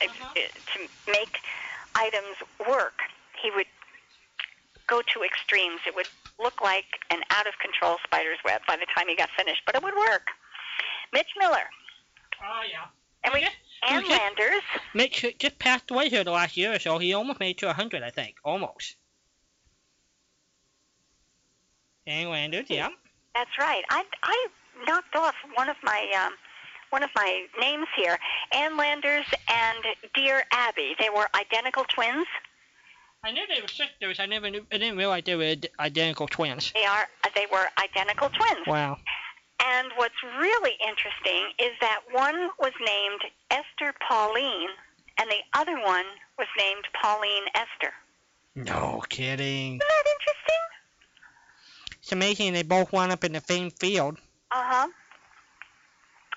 it, it, to make items work. He would go to extremes. It would look like an out of control spider's web by the time he got finished, but it would work. Mitch Miller Oh, yeah. and we Okay. and Okay. Landers. Mitch just passed away here the last year or so. He almost made it to 100, I think. Almost. And Landers, yeah. That's right. I I knocked off one of my um, one of my names here. Ann Landers and Dear Abby. They were identical twins. I knew they were sisters. I never knew. I didn't realize they were id- identical twins. They are they were identical twins. Wow. And what's really interesting is that one was named Esther Pauline, and the other one was named Pauline Esther. No kidding. Isn't that interesting? It's amazing they both wound up in the same field. Uh huh.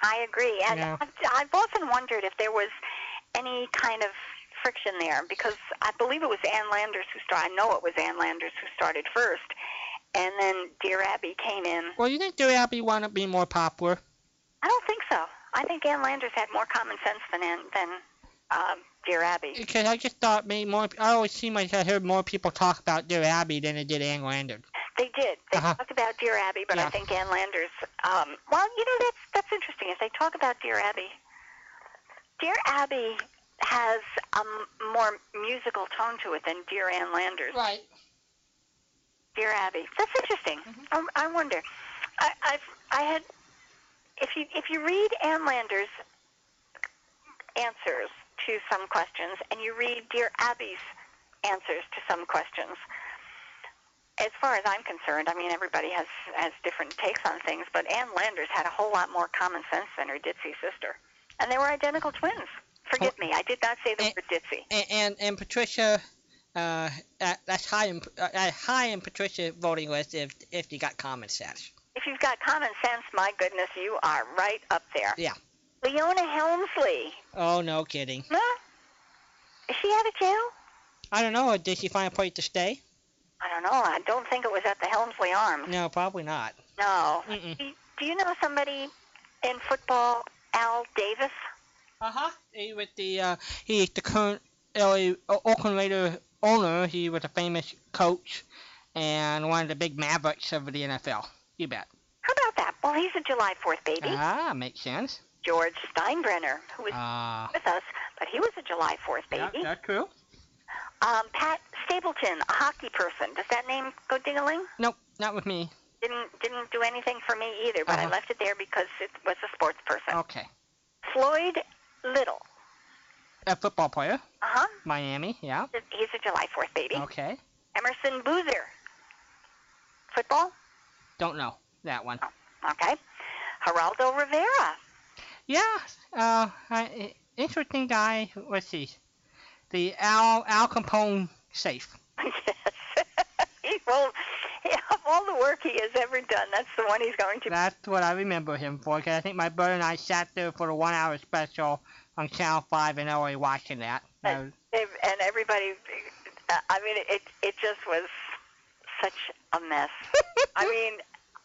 I agree, and Yeah. I've, I've often wondered if there was any kind of friction there because I believe it was Ann Landers who started. I know it was Ann Landers who started first, and then Dear Abby came in. Well, you think Dear Abby wound up being more popular? I don't think so. I think Ann Landers had more common sense than Ann- than um, Dear Abby. Because I just thought maybe more. I always seem like I heard more people talk about Dear Abby than I did Ann Landon. They did. They Uh-huh. talked about Dear Abby, but Yeah. I think Ann Landers. Um, well, you know that's that's interesting. If they talk about Dear Abby, Dear Abby has a m- more musical tone to it than Dear Ann Landers. Right. Dear Abby, that's interesting. Um, I, I wonder. I, I've I had if you if you read Ann Landers' answers to some questions and you read Dear Abby's answers to some questions. As far as I'm concerned, I mean everybody has has different takes on things, but Ann Landers had a whole lot more common sense than her ditzy sister, and they were identical twins. Forgive me, I did not say the Eh. word ditzy. And and, and Patricia, uh, that, that's high in uh, high in Patricia voting list if if you got common sense. If you've got common sense, my goodness, you are right up there. Yeah. Leona Helmsley. Oh no kidding. Huh? Is she out of jail? I don't know. Did she find a place to stay? I don't know. I don't think it was at the Helmsley Arms. No, probably not. No. Mm-mm. Do do you know somebody in football, Al Davis? Uh huh. He was the uh, he's the current LA O- Oakland Raider owner. He was a famous coach and one of the big mavericks of the NFL. You bet. How about that? Well, he's a July 4th baby. Ah, makes sense. George Steinbrenner, who was Ah, with us, but he was a July 4th yeah, baby. that's true. Um, Pat Stapleton, a hockey person. Does that name go ding-a-ling? Nope, not with me. Didn't didn't do anything for me either, but Uh-huh. I left it there because it was a sports person. Okay. Floyd Little. A football player, Uh huh. Miami. Yeah. He's a July 4th baby. Okay. Emerson Boozer. Football? Don't know that one. Okay. Geraldo Rivera. Yeah. Uh, I, interesting guy. Let's see. The Al Al Capone safe. yes. he will, yeah, of all the work he has ever done, that's the one he's going to. That's what I remember him for, 'cause I think my brother and I sat there for the one hour special on Channel 5 in LA watching that. That was- And everybody, uh, I mean, it, it just was such a mess. I mean,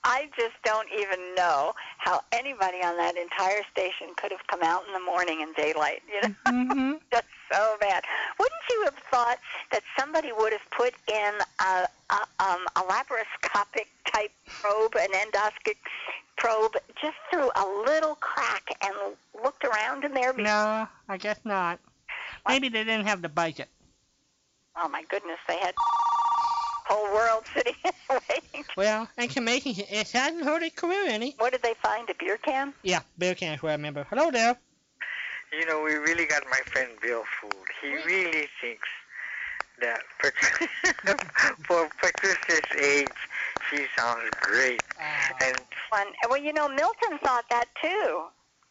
I just don't even know how anybody on that entire station could have come out in the morning in daylight, you know? Mhm. just so bad. Wouldn't you have thought that somebody would have put in a, a um, a laparoscopic type probe, an endoscopic probe, just through a little crack and looked around in there? Because, No, I guess not. Maybe they didn't have the budget. Oh my goodness, they had whole world sitting waiting. Well, and Kamaki, it hasn't hurt his career any. What did they find? A beer can? Yeah, Bill Cannon's where I remember. Hello there. You know, we really got my friend Bill fooled. He really thinks that for, for Patricia's age, she sounds great. Uh, And One. Well, you know, Milton thought that too.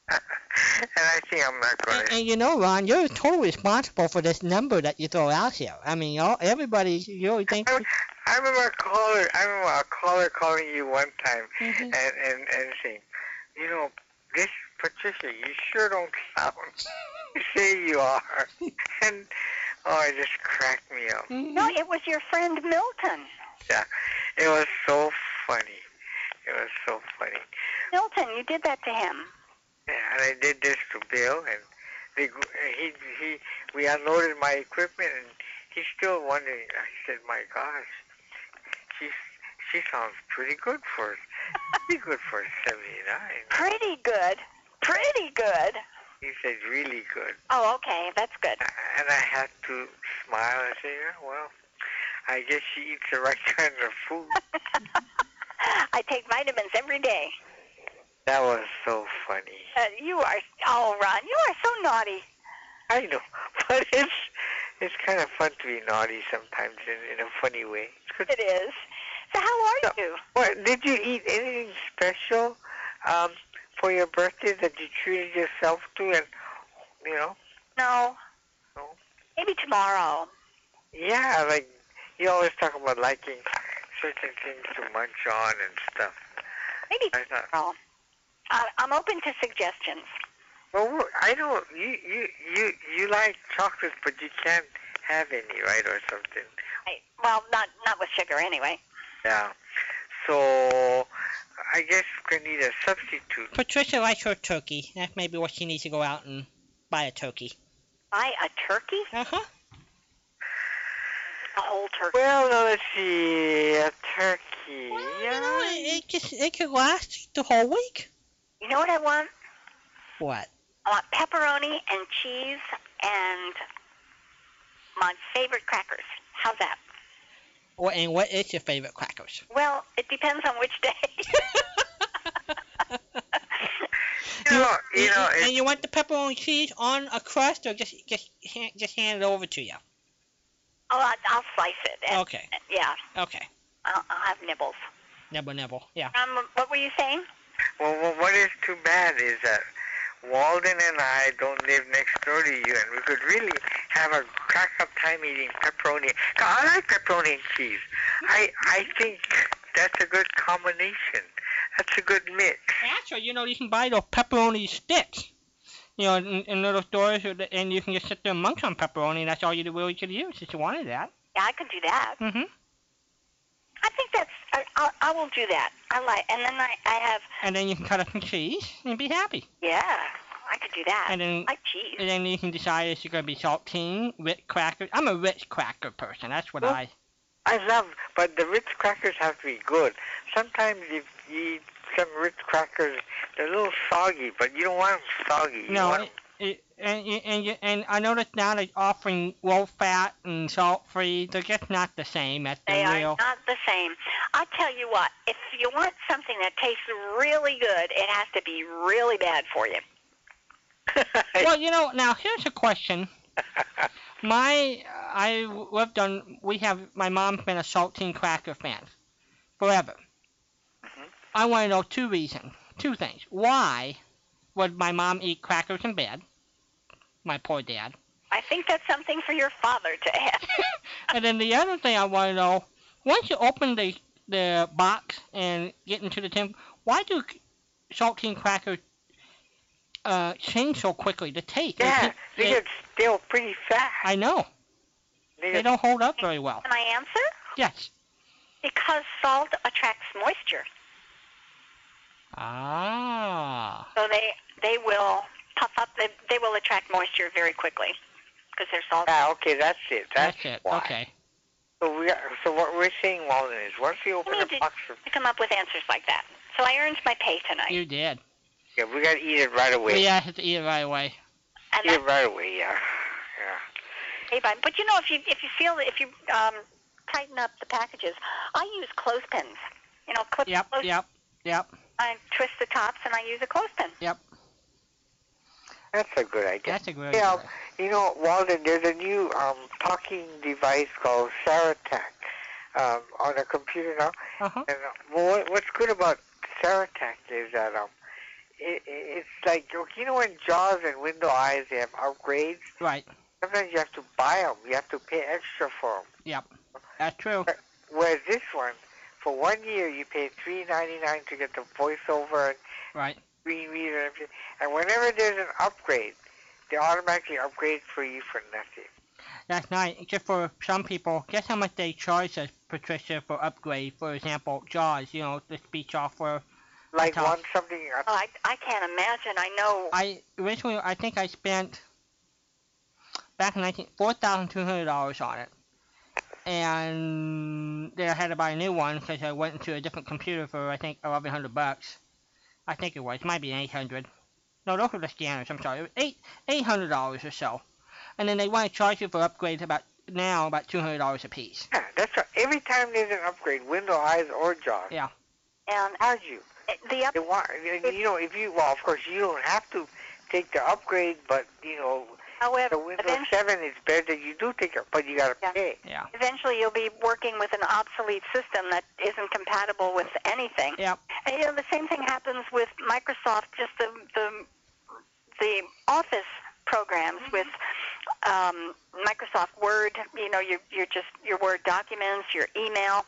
and I think I'm not going and, to. and you know, Ron, you're totally responsible for this number that you throw out here. I mean, all, everybody, you always think. I remember a caller. I remember a caller calling you one time Mm-hmm. and and and saying, you know, this Patricia, you sure don't sound. you say you are, and oh, it just cracked me up. No, it was your friend Milton. It was so funny. It was so funny. Milton, you did that to him. Yeah, and I did this to Bill, and They, he he we unloaded my equipment and he's still wondering. I said, my gosh, she's she sounds pretty good for pretty good for seventy nine. Pretty good. Pretty good. He said, really good. Oh, okay. That's good. And I had to smile and say, "Yeah, well, I guess she eats the right kind of food. I take vitamins every day. That was so funny. Uh, you are, oh, Ron, you are so naughty. I know, but it's it's kind of fun to be naughty sometimes in, in a funny way. It's good. It is. So how are No. you? What did you eat? Anything special um, for your birthday that you treated yourself to? And you know, No. No. Maybe tomorrow. yeah, like you always talk about liking certain things to munch on and stuff. Maybe I thought, tomorrow. Uh, I'm open to suggestions. well, wha- I don't. You you you you like chocolate, but you can't have any, right, or something. I, well, not not with sugar anyway. Yeah. So I guess we're gonna need a substitute. Patricia likes her turkey. That's maybe what she needs to go out and buy a turkey. Buy a turkey, Uh huh. a whole turkey. Well, now let's see. A turkey. Well, you know, yeah. it, it just it could last the whole week. You know what I want? What? I want pepperoni and cheese and my favorite crackers. How's that? Or and what is your favorite crackers? Well, it depends on which day. You know, you know, and it, you want the pepperoni cheese on a crust, or just just hand, just hand it over to you? oh, I, I'll slice it. And, Okay, Yeah, okay. I'll, I'll have nibbles. Nibble, nibble. Yeah. Um, what were you saying? well, well, what is too bad is that Walden and I don't live next door to you, and we could really have a crack up time eating pepperoni. I like pepperoni and cheese. I I think that's a good combination. That's a good mix. Actually, you know, you can buy those pepperoni sticks. You know, in, in little stores, or the- and you can just sit there and munch on pepperoni. That's all you really could use if you wanted that. Yeah, I could do that. Mm-hmm. I think that's. I, I, I will do that. I like, and then I, I have. And then you can cut up some cheese and be happy. Yeah, I could do that. And then I like cheese. and then you can decide if you're gonna be saltine, Ritz crackers. I'm a Ritz cracker person. That's what Well, I. I love, but the Ritz crackers have to be good. Sometimes if you eat some Ritz crackers, they're a little soggy, but you don't want them soggy. You No, want it, it, and you- and you- and I noticed now they're offering low fat and salt free. They're just not the same as the They are real. not the same. I'll tell you what, if you want something that tastes really good, it has to be really bad for you. Well, you know, now here's a question. My I lived on. We have my mom's been a saltine cracker fan forever. Mhm. I want to know two reasons, two things. Why would my mom eat crackers in bed? My poor dad. I think that's something for your father to ask. And then the other thing I want to know, once you open the the box and get into the tin, why do saltine crackers uh, change so quickly? The taste. they yeah, keep- they they- get stale pretty fast. I know. They They get- don't hold up very well. My answer? Yes. Because salt attracts moisture, Ah. so they they will puff up. They, they will attract moisture very quickly because they're salty. yeah, Ah, okay, that's it. That's, That's it. why. Okay. So we are, so what we're saying, Walden, is once you open Let me the do- box, of- I come up with answers like that. So I earned my pay tonight, You did. yeah, we gotta eat it right away. We uh, have to eat it right away. and Eat that's it right away. Yeah, yeah. paid by. But you know, if you if you feel if you um, tighten up the packages, I use clothespins. You know, clip Yep. clothes- Yep. Yep. I twist the tops and I use a clothespin. That's a good idea. That's a great. Yeah. idea. You know, Walden, there's a new um, talking device called Saratac um, on a computer now. Uh-huh. And uh, well, what- what's good about Saratac is that um, it, it, it's like you know when Jaws and Window Eyes they have upgrades. Right. Sometimes you have to buy them. You have to pay extra for them. That's true. Whereas this one, for one year, you pay three ninety nine to get the voiceover and Right. screen reader and everything. And whenever there's an upgrade, they automatically upgrade for you for nothing. That's nice. Just for some people, guess how much they charge us, Patricia, for upgrade? For example, JAWS, you know, the speech software. Like Tough. want something. uh, Oh, I, I can't imagine. I know. I originally, I think I spent back in 19, $4,200 on it. And they had to buy a new one because I went into a different computer for, I think, 1100 bucks. I think it was. It might be 800 No, those were the scanners. I'm sorry. It was eight, $800 or so. And then they want to charge you for upgrades about now about $200 a piece. Yeah, that's right. Every time there's an upgrade, Windows or Jaws, Yeah. And charge you. the up They want, you know, if you, well, of course, you don't have to take the upgrade, but, you know, the however, Windows eventually, 7 is better that you do take it, but you got to Yeah. pay. Yeah. eventually you'll be working with an obsolete system that isn't compatible with anything. Yep. And, you know, the same thing happens with Microsoft, just the the, the Office programs with um, Microsoft Word. You know, your your just your Word documents, your email.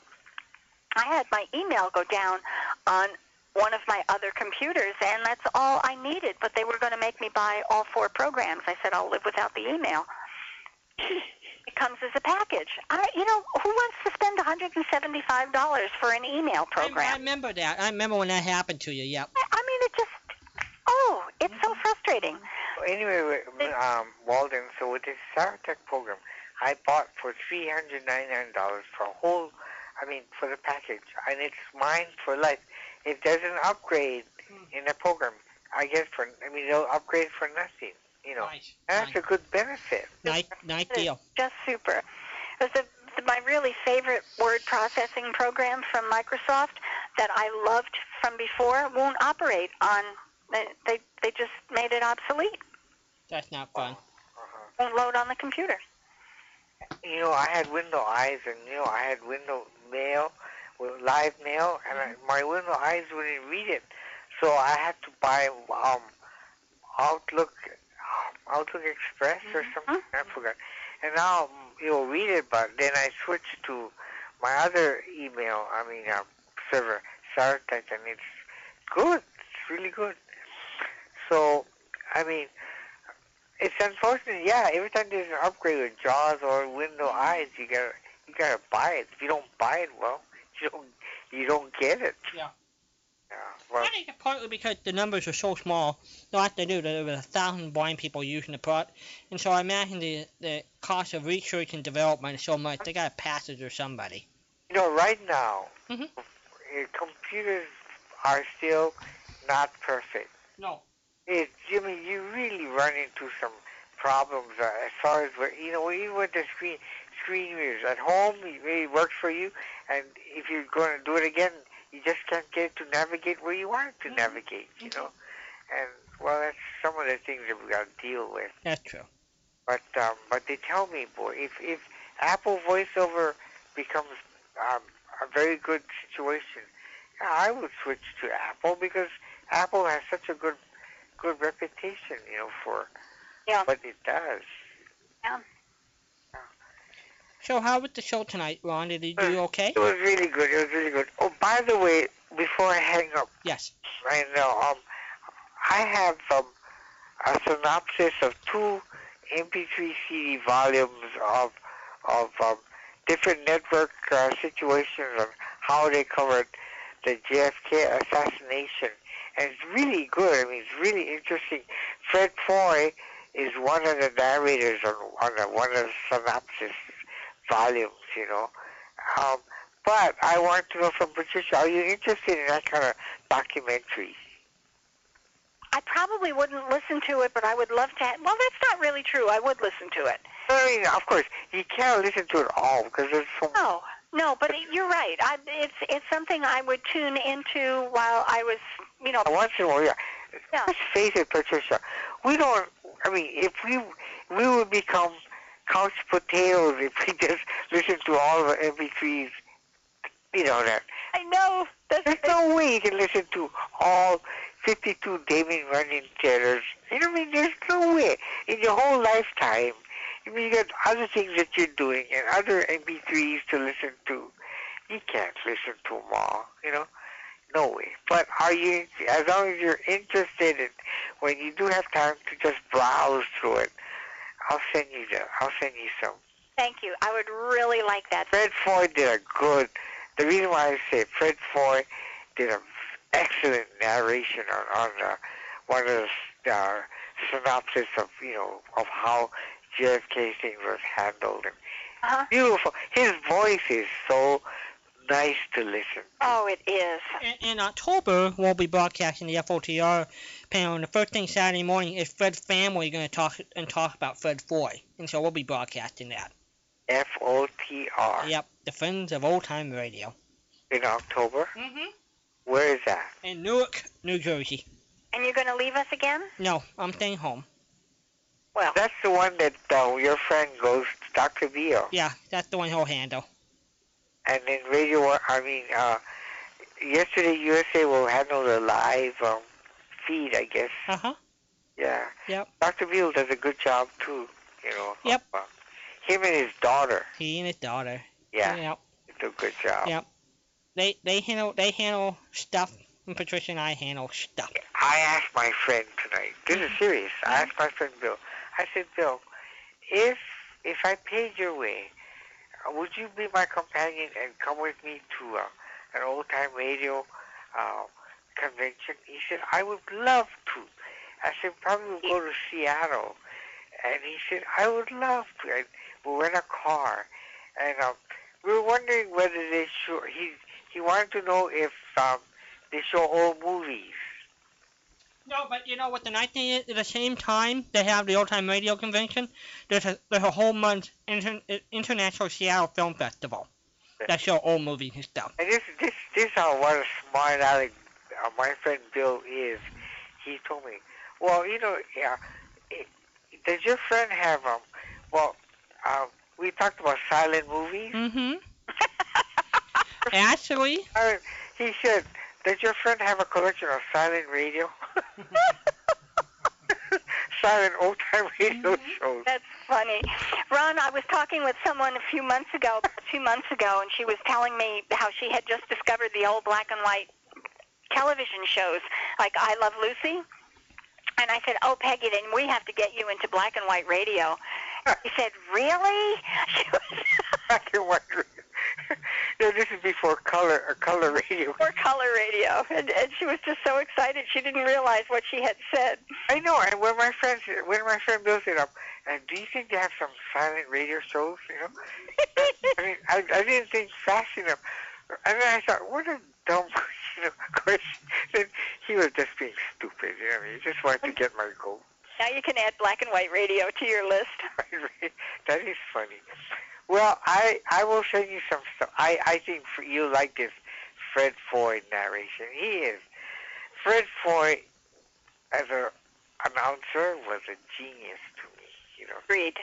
I had my email go down on one of my other computers, and that's all I needed. But they were going to make me buy all four programs. I said I'll live without the email. It comes as a package. I, you know, who wants to spend $175 for an email program? I, I remember that. I remember when that happened to you. Yep. I I mean, it just, oh, it's so frustrating. Anyway, w- um, Walden, so with this Saratech program, I bought for $399 for a whole, I mean, for the package, and it's mine for life. If there's an upgrade in the program, I guess for, I mean, they'll upgrade for nothing, you know. Nice. That's a good benefit. Nice, nice deal. Just super. It was the, the, my really favorite word processing program from Microsoft that I loved from before won't operate on. They they, they just made it obsolete. That's not fun. Uh-huh. Won't load on the computer. You know, I had window eyes, and you know, I had window mail, with live mail, and I, my window eyes wouldn't read it, so I had to buy um, Outlook, um, Outlook Express or something. I forgot. And now um, it'll read it, but then I switched to my other email. I mean, uh, server, Saratech, and it's good. It's really good. So, I mean, it's unfortunate, yeah. Every time there's an upgrade with Jaws or Window Eyes, you gotta you gotta buy it. If you don't buy it, well, you don't you don't get it. Yeah. Yeah. Well, I think it's partly because the numbers are so small. No, what they do, there were a thousand blind people using the product, and so I imagine the the cost of research and development is so much. They got to pass it to somebody. you know, right now, Mhm. eh, computers are still not perfect. No. It, Jimmy, you really run into some problems uh, as far as where you know even with the screen screen readers at home. It really works for you, and if you're going to do it again, you just can't get it to navigate where you want it to Mhm. navigate. You know, and well, that's some of the things that we got to deal with. That's true. But um, but they tell me, boy, if if Apple VoiceOver becomes um, a very good situation, yeah, I would switch to Apple because Apple has such a good good reputation, you know, for Yeah. what it does. So how was the show tonight, Ron? Did you do okay? It was really good. It was really good. Oh, by the way, before I hang up Yes. right now, um, I have um, a synopsis of two MP3 CD volumes of of um, different network uh, situations on how they covered the JFK assassination. And it's really good. I mean, it's really interesting. Fred Foy is one of the narrators on, on the, one of the synopsis volumes, you know. Um, but I want to know from Patricia, are you interested in that kind of documentary? I probably wouldn't listen to it, but I would love to. Ha- well, that's not really true. I would listen to it. I mean, of course, you can't listen to it all because there's so No, no, but it, you're right. I, it's it's something I would tune into while I was, you know, once in a while. Yeah. Yeah. Let's face it, Patricia. We don't. I mean, if we we would become couch potatoes if we just listen to all the MP3s. You know that. I know. That's, There's no way you can listen to all 52 Damien Runyon theaters. You know what I mean? There's no way in your whole lifetime. I mean, you got other things that you're doing and other MP3s to listen to. You can't listen to them all, you know? No way. But are you, as long as you're interested in, when you do have time to just browse through it, I'll send you the, I'll send you some. thank you. I would really like that. Fred Foy did a good. The reason why I say Fred Foy did an excellent narration on on uh, one of the uh, synopsis of you know of how JFK Singers handled him. Uh-huh. Beautiful. His voice is so nice to listen. Oh, it is. In, in October, we'll be broadcasting the FOTR panel, and the first thing Saturday morning is Fred Family going to talk and talk about Fred Foy, and so we'll be broadcasting that. F O T R. Yep, the Friends of Old Time Radio. In October. Mm-hmm. Where is that? In Newark, New Jersey. And you're going to leave us again? No, I'm staying home. Well, That's the one that uh, your friend goes to Dr. Beal. Yeah, that's the one he'll handle. And then radio, Wa- I mean, uh, yesterday USA will handle the live um, feed, I guess. Uh huh. Yeah. Yep. Dr. Beal does a good job too, you know. Yep. Uh, him and his daughter. He and his daughter. Yeah, Yep. do a good job. Yeah. They they handle they handle stuff, and Patricia and I handle stuff. I asked my friend tonight. This is serious. I asked my friend Bill. I said, Bill, if if I paid your way, uh, would you be my companion and come with me to uh, an old time radio uh, convention? He said, I would love to. I said, probably we'll go to Seattle. And he said, I would love to. And we were in a car, and um, we were wondering whether they show. He he wanted to know if um, they show old movies. No, but you know what the nice thing is? At the same time they have the old time radio convention, there's a there's a whole month inter- international Seattle Film Festival that show old movies and stuff. And this, this, this is how what a smart aleck uh, my friend Bill is. He told me, well, you know, yeah, it, does your friend have um? Well, uh, we talked about silent movies. Mm-hmm. Actually, Uh, he said, does your friend have a collection of silent radio? silent old time radio shows. That's funny. Ron, I was talking with someone a few months ago, about two months ago, and she was telling me how she had just discovered the old black and white television shows, like I Love Lucy. And I said, Oh, Peggy, then we have to get you into black and white radio. She said, Really? She was I can wonder. no, this is before color, uh, color radio. for color radio. And, and she was just so excited she didn't realize what she had said. I know, and when my friends, when my friend builds it up, and do you think they have some silent radio shows? You know, I mean, I, I didn't think fast enough, and then I thought, what a dumb, you know, question. Then he was just being stupid. You know, he just wanted to get my goat. now you can add black and white radio to your list. that is funny. Well, I I will send you some stuff. I I think f you like this Fred Foy narration. He is Fred Foy as a announcer was a genius to me. You know, Agreed.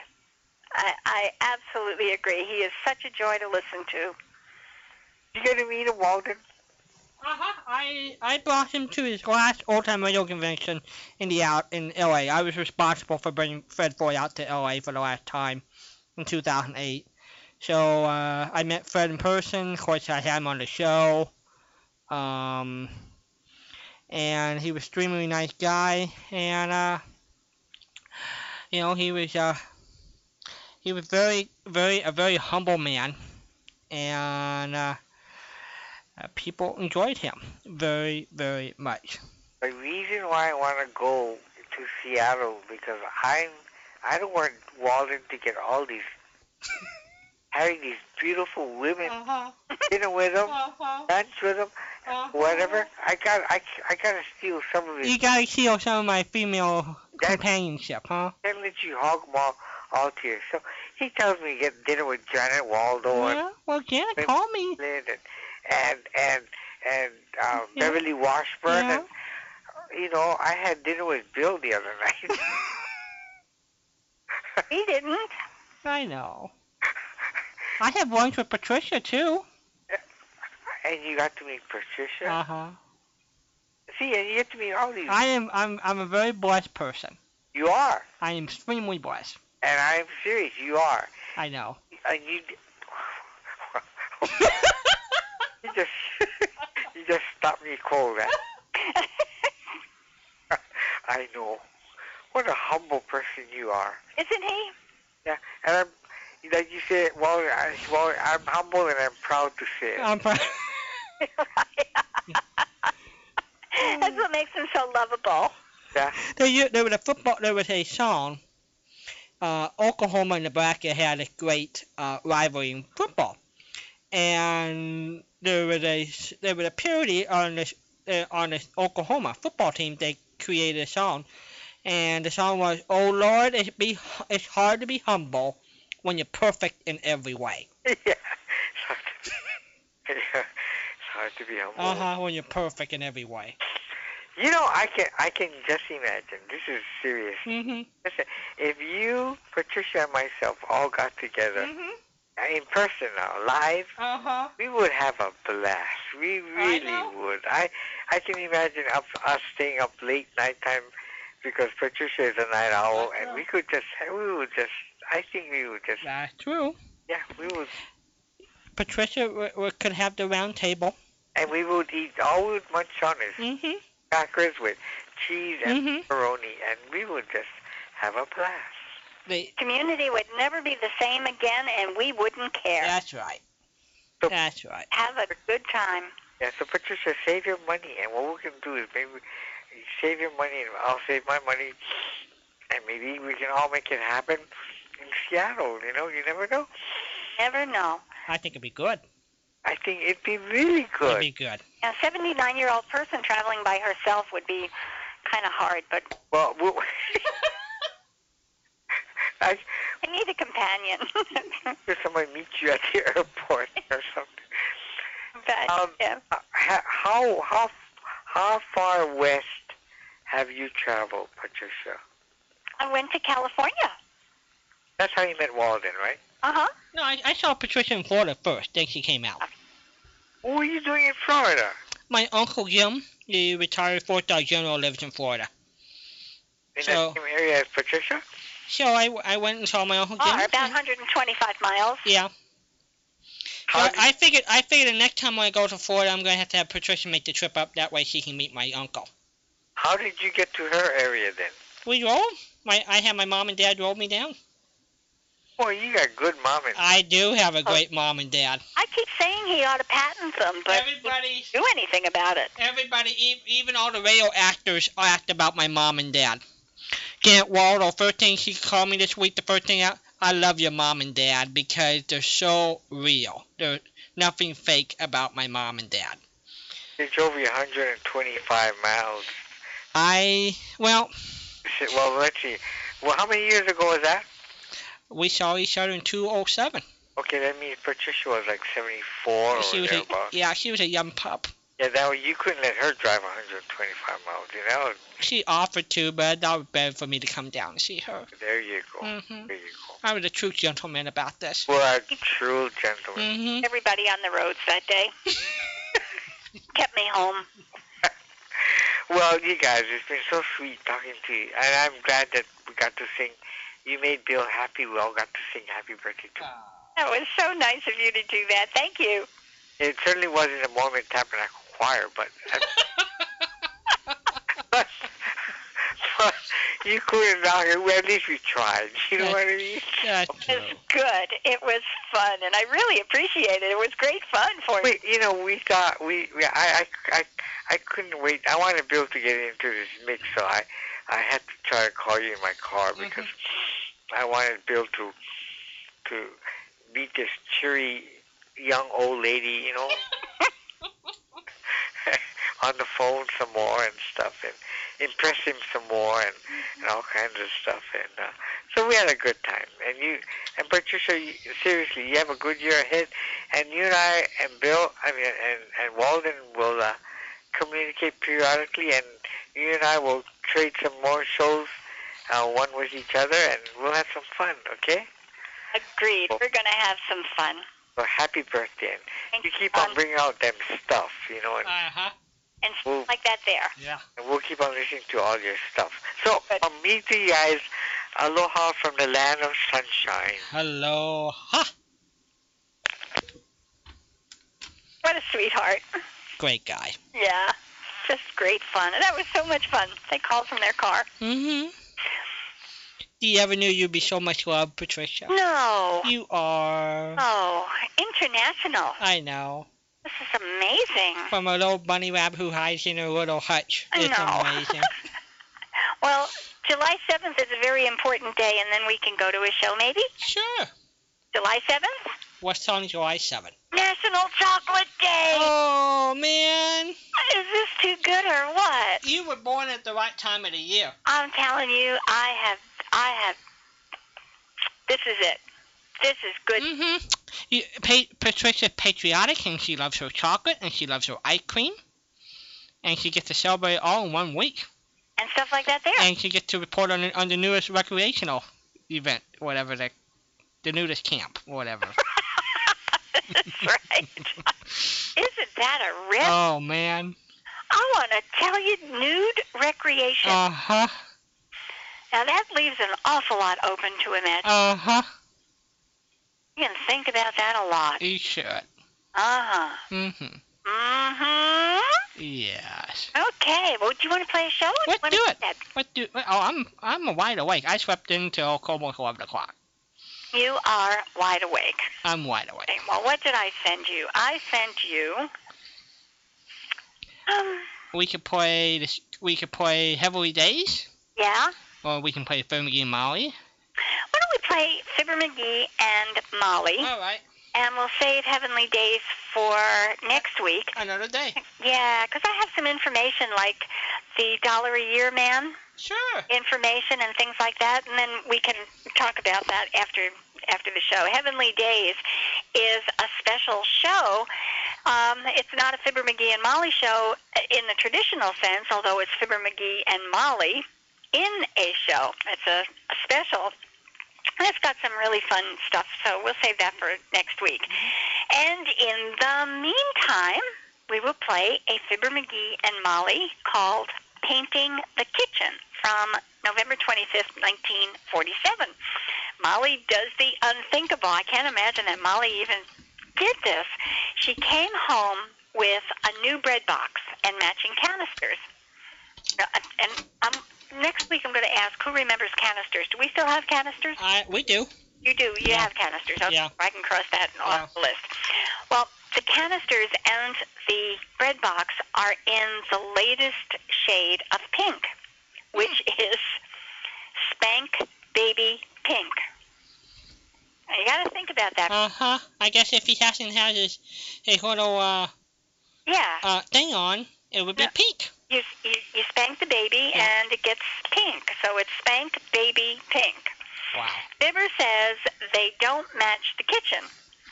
I, I absolutely agree. He is such a joy to listen to. you get to meet him, Walden. uh-huh, I I brought him to his last old time radio convention in the out in L.A. I was responsible for bringing Fred Boy out to L.A. for the last time in 2008. So uh, I met Fred in person. Of course, I had him on the show. Um, and he was an extremely nice guy. And uh, you know, he was uh, he was very, very, a very humble man. And uh, uh, people enjoyed him very, very much. The reason why I want to go to Seattle because I'm I don't want Walden to get all these having these beautiful women Uh-huh. dinner with him, Uh-huh. lunch with him. whatever. I got I, I gotta steal some of You it. gotta steal some of my female That- companionship, huh? Can't let you hog them all, all to yourself. He tells me to get dinner with Janet Waldo Yeah. Well, Janet Maybe- called me. and Lynn and and and, and um, Yeah. Beverly Washburn. Yeah. And, you know, I had dinner with Bill the other night. He didn't. I know. I had lunch with Patricia too. and you got to meet Patricia. Uh huh. See, and you get to meet all these. I am. I'm. I'm a very blessed person. you are, I am extremely blessed. and I'm serious. You are, I know. and you. you just you just stopped me cold. That I know. What a humble person you are. Isn't he? Yeah, and I'm, like you said, well, I, well, I'm humble and I'm proud to say it. I'm proud. That's what makes him so lovable. yeah, There, you, there was a football. There was a song uh, Oklahoma and Nebraska had a great uh, rivalry in football, and there was a there was a parody on this uh, on this Oklahoma football team. They created a song, and the song was "Oh Lord, it's be it's hard to be humble when you're perfect in every way." yeah. It's hard to be, yeah. It's hard to be humble. Uh huh. When you're perfect in every way. You know, I can I can just imagine. This is serious. Mhm. Listen, if you, Patricia, and myself all got together Mhm. in person now, live, Uh huh. we would have a blast. We really know. would. I I can imagine up, us staying up late nighttime because Patricia is a night owl, I know. and we could just we would just. I think we would just That's true. yeah we would Patricia w- w- could have the round table. and we would eat all we would munch on is Mhm. crackers with cheese and Mhm. pepperoni, and we would just have a blast. They, Community would never be the same again, and we wouldn't care. that's right. So- That's right. Have a good time. Yeah, so Patricia, save your money, and what we can do is maybe we- save your money, and I'll save my money, and maybe we can all make it happen in Seattle. You know, you never know. Never know. I think it'd be good. I think it'd be really It'd good. be good. A 79 year old person traveling by herself would be kind of hard, but well, we I I need a companion. if somebody meets you at the airport or something. but, Um, yeah. Uh, ha- How how how far west have you traveled, Patricia? I went to California. That's how you met Walden, right? Uh huh. No, I, I saw Patricia in Florida first. Then she came out. What were you doing in Florida? My uncle Jim, the retired four star general, lives in Florida. In So- that same area as Patricia? So I, I went and saw my uncle Jim. Or Oh, about 125 miles. yeah. So How I, did- I figured I figured the next time I go to Florida, I'm gonna have to have Patricia make the trip up. That way she can meet my uncle. How did you get to her area then? We drove. My I had my mom and dad drove me down. Boy, you got good mom and I do have a great mom and dad. I keep saying he ought to patent them, but he can't Everybody, do anything about it. everybody, e- even all the radio actors act about my mom and dad. Janet Waldo, first thing she called me this week, the first thing I, I love your mom and dad because they're so real. There's nothing fake about my mom and dad. they drove you 125 miles. I, well, Shit, Well, let's see. Well, how many years ago was that? we saw each other in 207. Okay, that means Patricia was like 74 she or was a, thereabouts. yeah, she was a young pup. Yeah, that way you couldn't let her drive 125 miles. You know, She offered to, but that was better for me to come down and see her. there you go. hmm There you go. I was a true gentleman about this. Well, a true gentleman. hmm Everybody on the roads that day kept me home. Mm. Well, you guys, it's been so sweet talking to you, and I'm glad that we got to sing. You made Bill happy. We all got to sing "Happy Birthday" to That was so nice of you to do that. Thank you. It certainly wasn't a Mormon Tabernacle Choir, but but, but you couldn't knock it. Well, at least we tried. You know what I mean? That's It true. was good. It was fun, and I really appreciate it. It was great fun for me. We, you know, we thought we. we I, I, I, I couldn't wait. I wanted Bill to get into this mix, so I, I had to try to call you in my car because I wanted Bill to, to, meet this cheery young old lady. You know. on the phone some more and stuff and impress him some more and, and all kinds of stuff and uh, so we had a good time and you and Patricia you, seriously you have a good year ahead and you and I and Bill I mean and, and Walden will uh, communicate periodically and you and I will trade some more shows uh, one with each other and we'll have some fun okay Agreed. We're going to have some fun. so happy birthday and Thank you keep on Um, bringing out them stuff you know and Uh-huh. and stuff like that there. Yeah. And we'll keep on listening to all your stuff. So, Good. from me to you guys, aloha from the land of sunshine. Hello. Ha! What a sweetheart. Great guy. Yeah. Just great fun. And that was so much fun. They called from their car. Mm-hmm. Do you ever knew you'd be so much loved, Patricia? No. You are. Oh, international. I know. This is amazing. From a little bunny rabbit who hides in a little hutch. I It's know. amazing. Well, July 7th is a very important day, and then we can go to a show maybe? Sure. July 7th? What's on July 7th? National Chocolate Day! Oh, man. Is this too good or what? You were born at the right time of the year. I'm telling you, I have, I have, this is it. This is good. Mm-hmm. You, pa- Patricia's patriotic, and she loves her chocolate, and she loves her ice cream, and she gets to celebrate all in one week, And stuff like that there. and she gets to report on, on the newest recreational event, whatever the, the nudist camp, whatever. That's right. Isn't that a rip? Oh man. I want to tell you, nude recreation. Uh huh. now that leaves an awful lot open to imagine. Uh huh. you can think about that a lot. You should. Uh huh. Mm Mm-hmm. Yes. hmm. Okay. Well, do you want to play a show? Or Let's do, you do wanna it. What do? Oh, I'm I'm wide awake. I slept in till almost eleven o'clock. You are wide awake. I'm wide awake. Okay, well, what did I send you? I sent you. Um, We could play this. We could play Heavily Days, yeah. or we can play Fergie and Molly. Why don't we play Fibber McGee and Molly, All right. and we'll save Heavenly Days for next week. Another day. Yeah, 'cause I have some information like the dollar a year man Sure. information and things like that, and then we can talk about that after after the show. Heavenly Days is a special show. Um, it's not a Fibber McGee and Molly show in the traditional sense, although it's Fibber McGee and Molly in a show. It's a, a special. And it's got some really fun stuff, so we'll save that for next week. And in the meantime, we will play a Fibber McGee and Molly called Painting the Kitchen from November 25th, 1947. Molly does the unthinkable. I can't imagine that Molly even did this. She came home with a new bread box and matching canisters. Now, And um, next week I'm going to ask who remembers canisters. Do we still have canisters? I, we do. You do. You Yeah. have canisters. Okay. Yeah. I can cross that Yeah. off the list. Well, the canisters and the bread box are in the latest shade of pink, which Hmm. is Spank Baby Pink. Now, You got to think about that. Uh huh. I guess if he hasn't had his, his little uh, yeah. uh, thing on, it would be No. pink. you, you, you spank the baby Yeah. and it gets pink. So it's Spank Baby Pink. Wow. Bibber says they don't match the kitchen,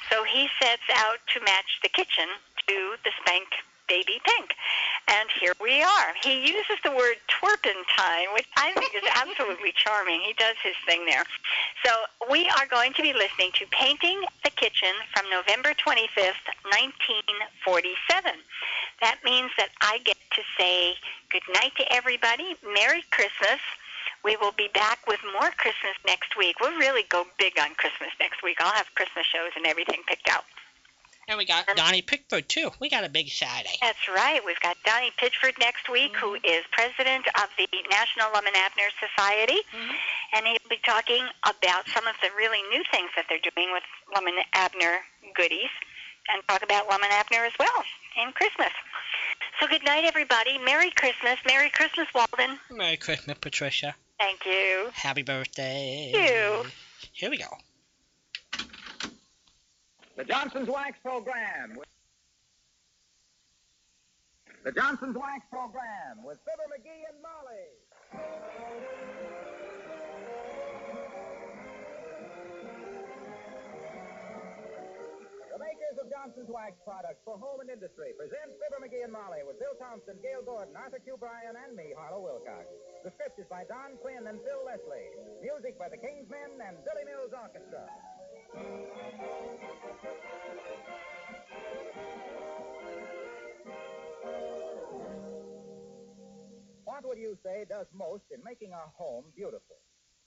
so he sets out to match the kitchen to the spank baby pink. And here we are. He uses the word twerpentine, which I think is absolutely charming. He does his thing there. So we are going to be listening to Painting the Kitchen from November 25th, 1947. That means that I get to say good night to everybody, Merry Christmas, we will be back with more Christmas next week. We'll really go big on Christmas next week. I'll have Christmas shows and everything picked out. And we got Um, And- Donnie Pickford, too. We got a big Saturday. That's right. We've got Donnie Pitchford next week, who is president of the National Lum and Abner Society, Mhm. and he'll be talking about some of the really new things that they're doing with Lum and Abner goodies, and talk about Lum and Abner as well in Christmas. So good night, everybody. Merry Christmas. Merry Christmas, Walden. Merry Christmas, Patricia. Thank you. Happy birthday. Thank you. Here we go. The Johnson's Wax Program. With the Johnson's Wax Program with Fibber McGee and Molly. The makers of Johnson's Wax products for home and industry present Fibber McGee and Molly with Bill Thompson, Gail Gordon, Arthur Q. Bryan, and me, Harlow Wilcox. The script is by Don Quinn and Phil Leslie. Music by the Kingsmen and Billy Mills Orchestra. What would you say does most in making a home beautiful?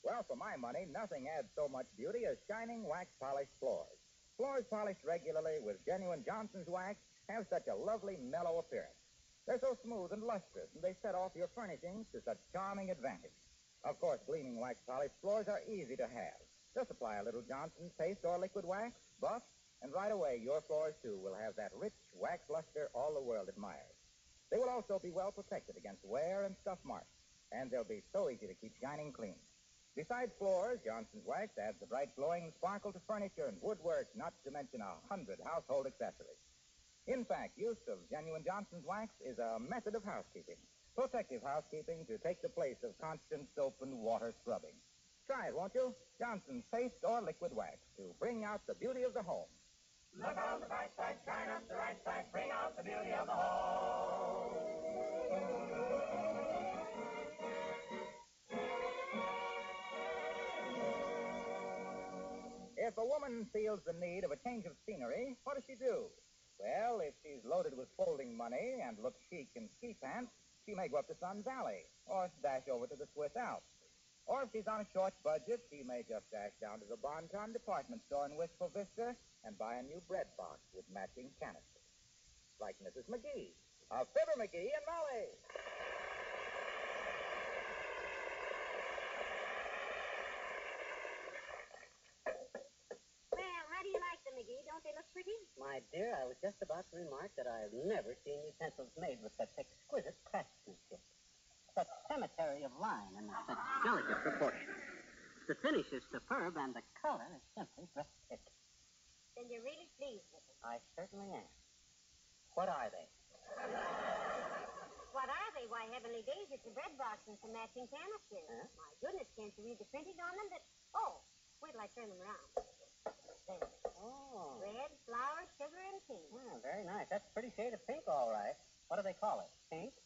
Well, for my money, nothing adds so much beauty as shining wax polished floors. Floors polished regularly with genuine Johnson's wax have such a lovely mellow appearance. They're so smooth and lustrous, and they set off your furnishings to such charming advantage. Of course, gleaming wax polished floors are easy to have. Just apply a little Johnson's paste or liquid wax, buff, and right away your floors too will have that rich wax luster all the world admires. They will also be well protected against wear and scuff marks. and they'll be so easy to keep shining clean. Besides floors, Johnson's Wax adds a bright glowing sparkle to furniture and woodwork, not to mention a hundred household accessories. In fact, use of genuine Johnson's Wax is a method of housekeeping, protective housekeeping to take the place of constant soap and water scrubbing. Try it, won't you? Johnson's paste or liquid wax to bring out the beauty of the home. If a woman feels the need of a change of scenery, what does she do? Well, if she's loaded with folding money and looks chic in ski pants, she may go up to Sun Valley or dash over to the Swiss Alps. Or if she's on a short budget, she may just dash down to the Bonton department store in Wistful Vista and buy a new bread box with matching canisters. Like Mrs. McGee. A Fibber McGee and Molly. Well, how do you like them, McGee? Don't they look pretty? My dear, I was just about to remark that I have never seen utensils made with such exquisite craftsmanship, such cemetery of line, and such delicate proportion. The finish is superb, and the color is simply breathtaking. Then you're really pleased with them. I certainly am. What are they? What are they? Why, Heavenly Days, it's a bread box and some matching canisters. Huh? My goodness, can't you read the printing on them? But, oh, wait till I turn them around. There. Oh, Bread, flour, sugar, and tea. yeah, very nice. That's a pretty shade of pink, all right. What do they call it? Pink?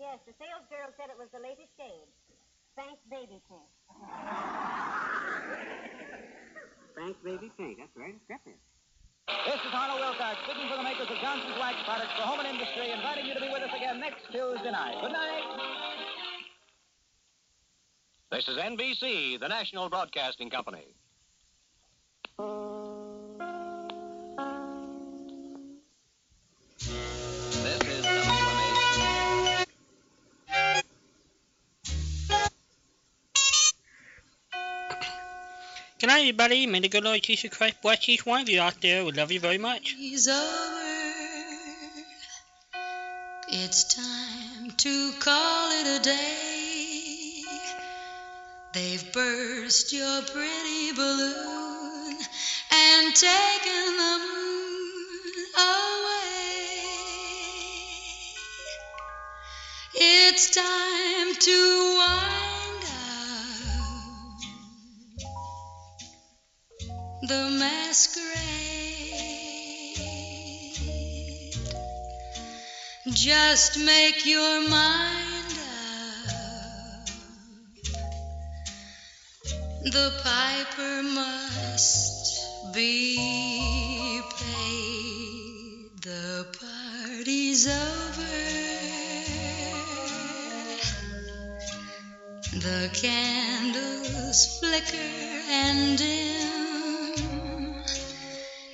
Yes, the sales girl said it was the latest shade. Thanks, baby pink. Frank baby pink. That's very descriptive. This is Harlow Wilcox speaking for the makers of Johnson's Wax Products for Home and Industry, inviting you to be with us again next Tuesday night. Good night. This is NBC, the national broadcasting company. This is WMAC. Good night, everybody. May the good Lord Jesus Christ bless each one of you out there. We love you very much. Is over. It's time to call it a day. They've burst your pretty balloon and taken the moon away. It's time to wind up the masquerade. Just make your mind up. The piper must be paid. The party's over. The candles flicker and dim.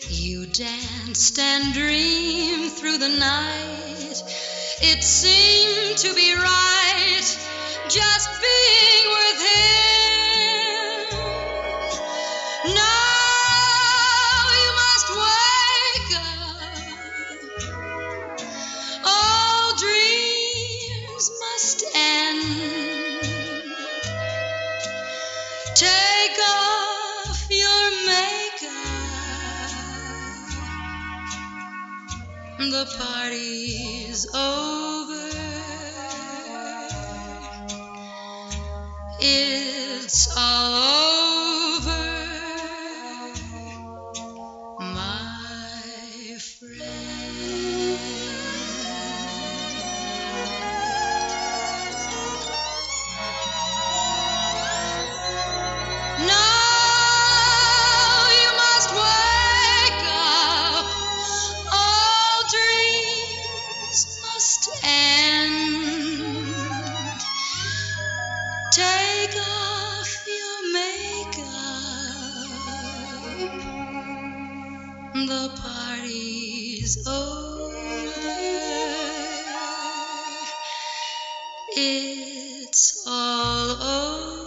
You danced and dreamed through the night. It seemed to be right just being with him. Now you must wake up. All dreams must end. Take off your makeup. The party's over. It's all over, my friend. Now you must wake up. All dreams must end. Take off your makeup. The party's over. It's all over.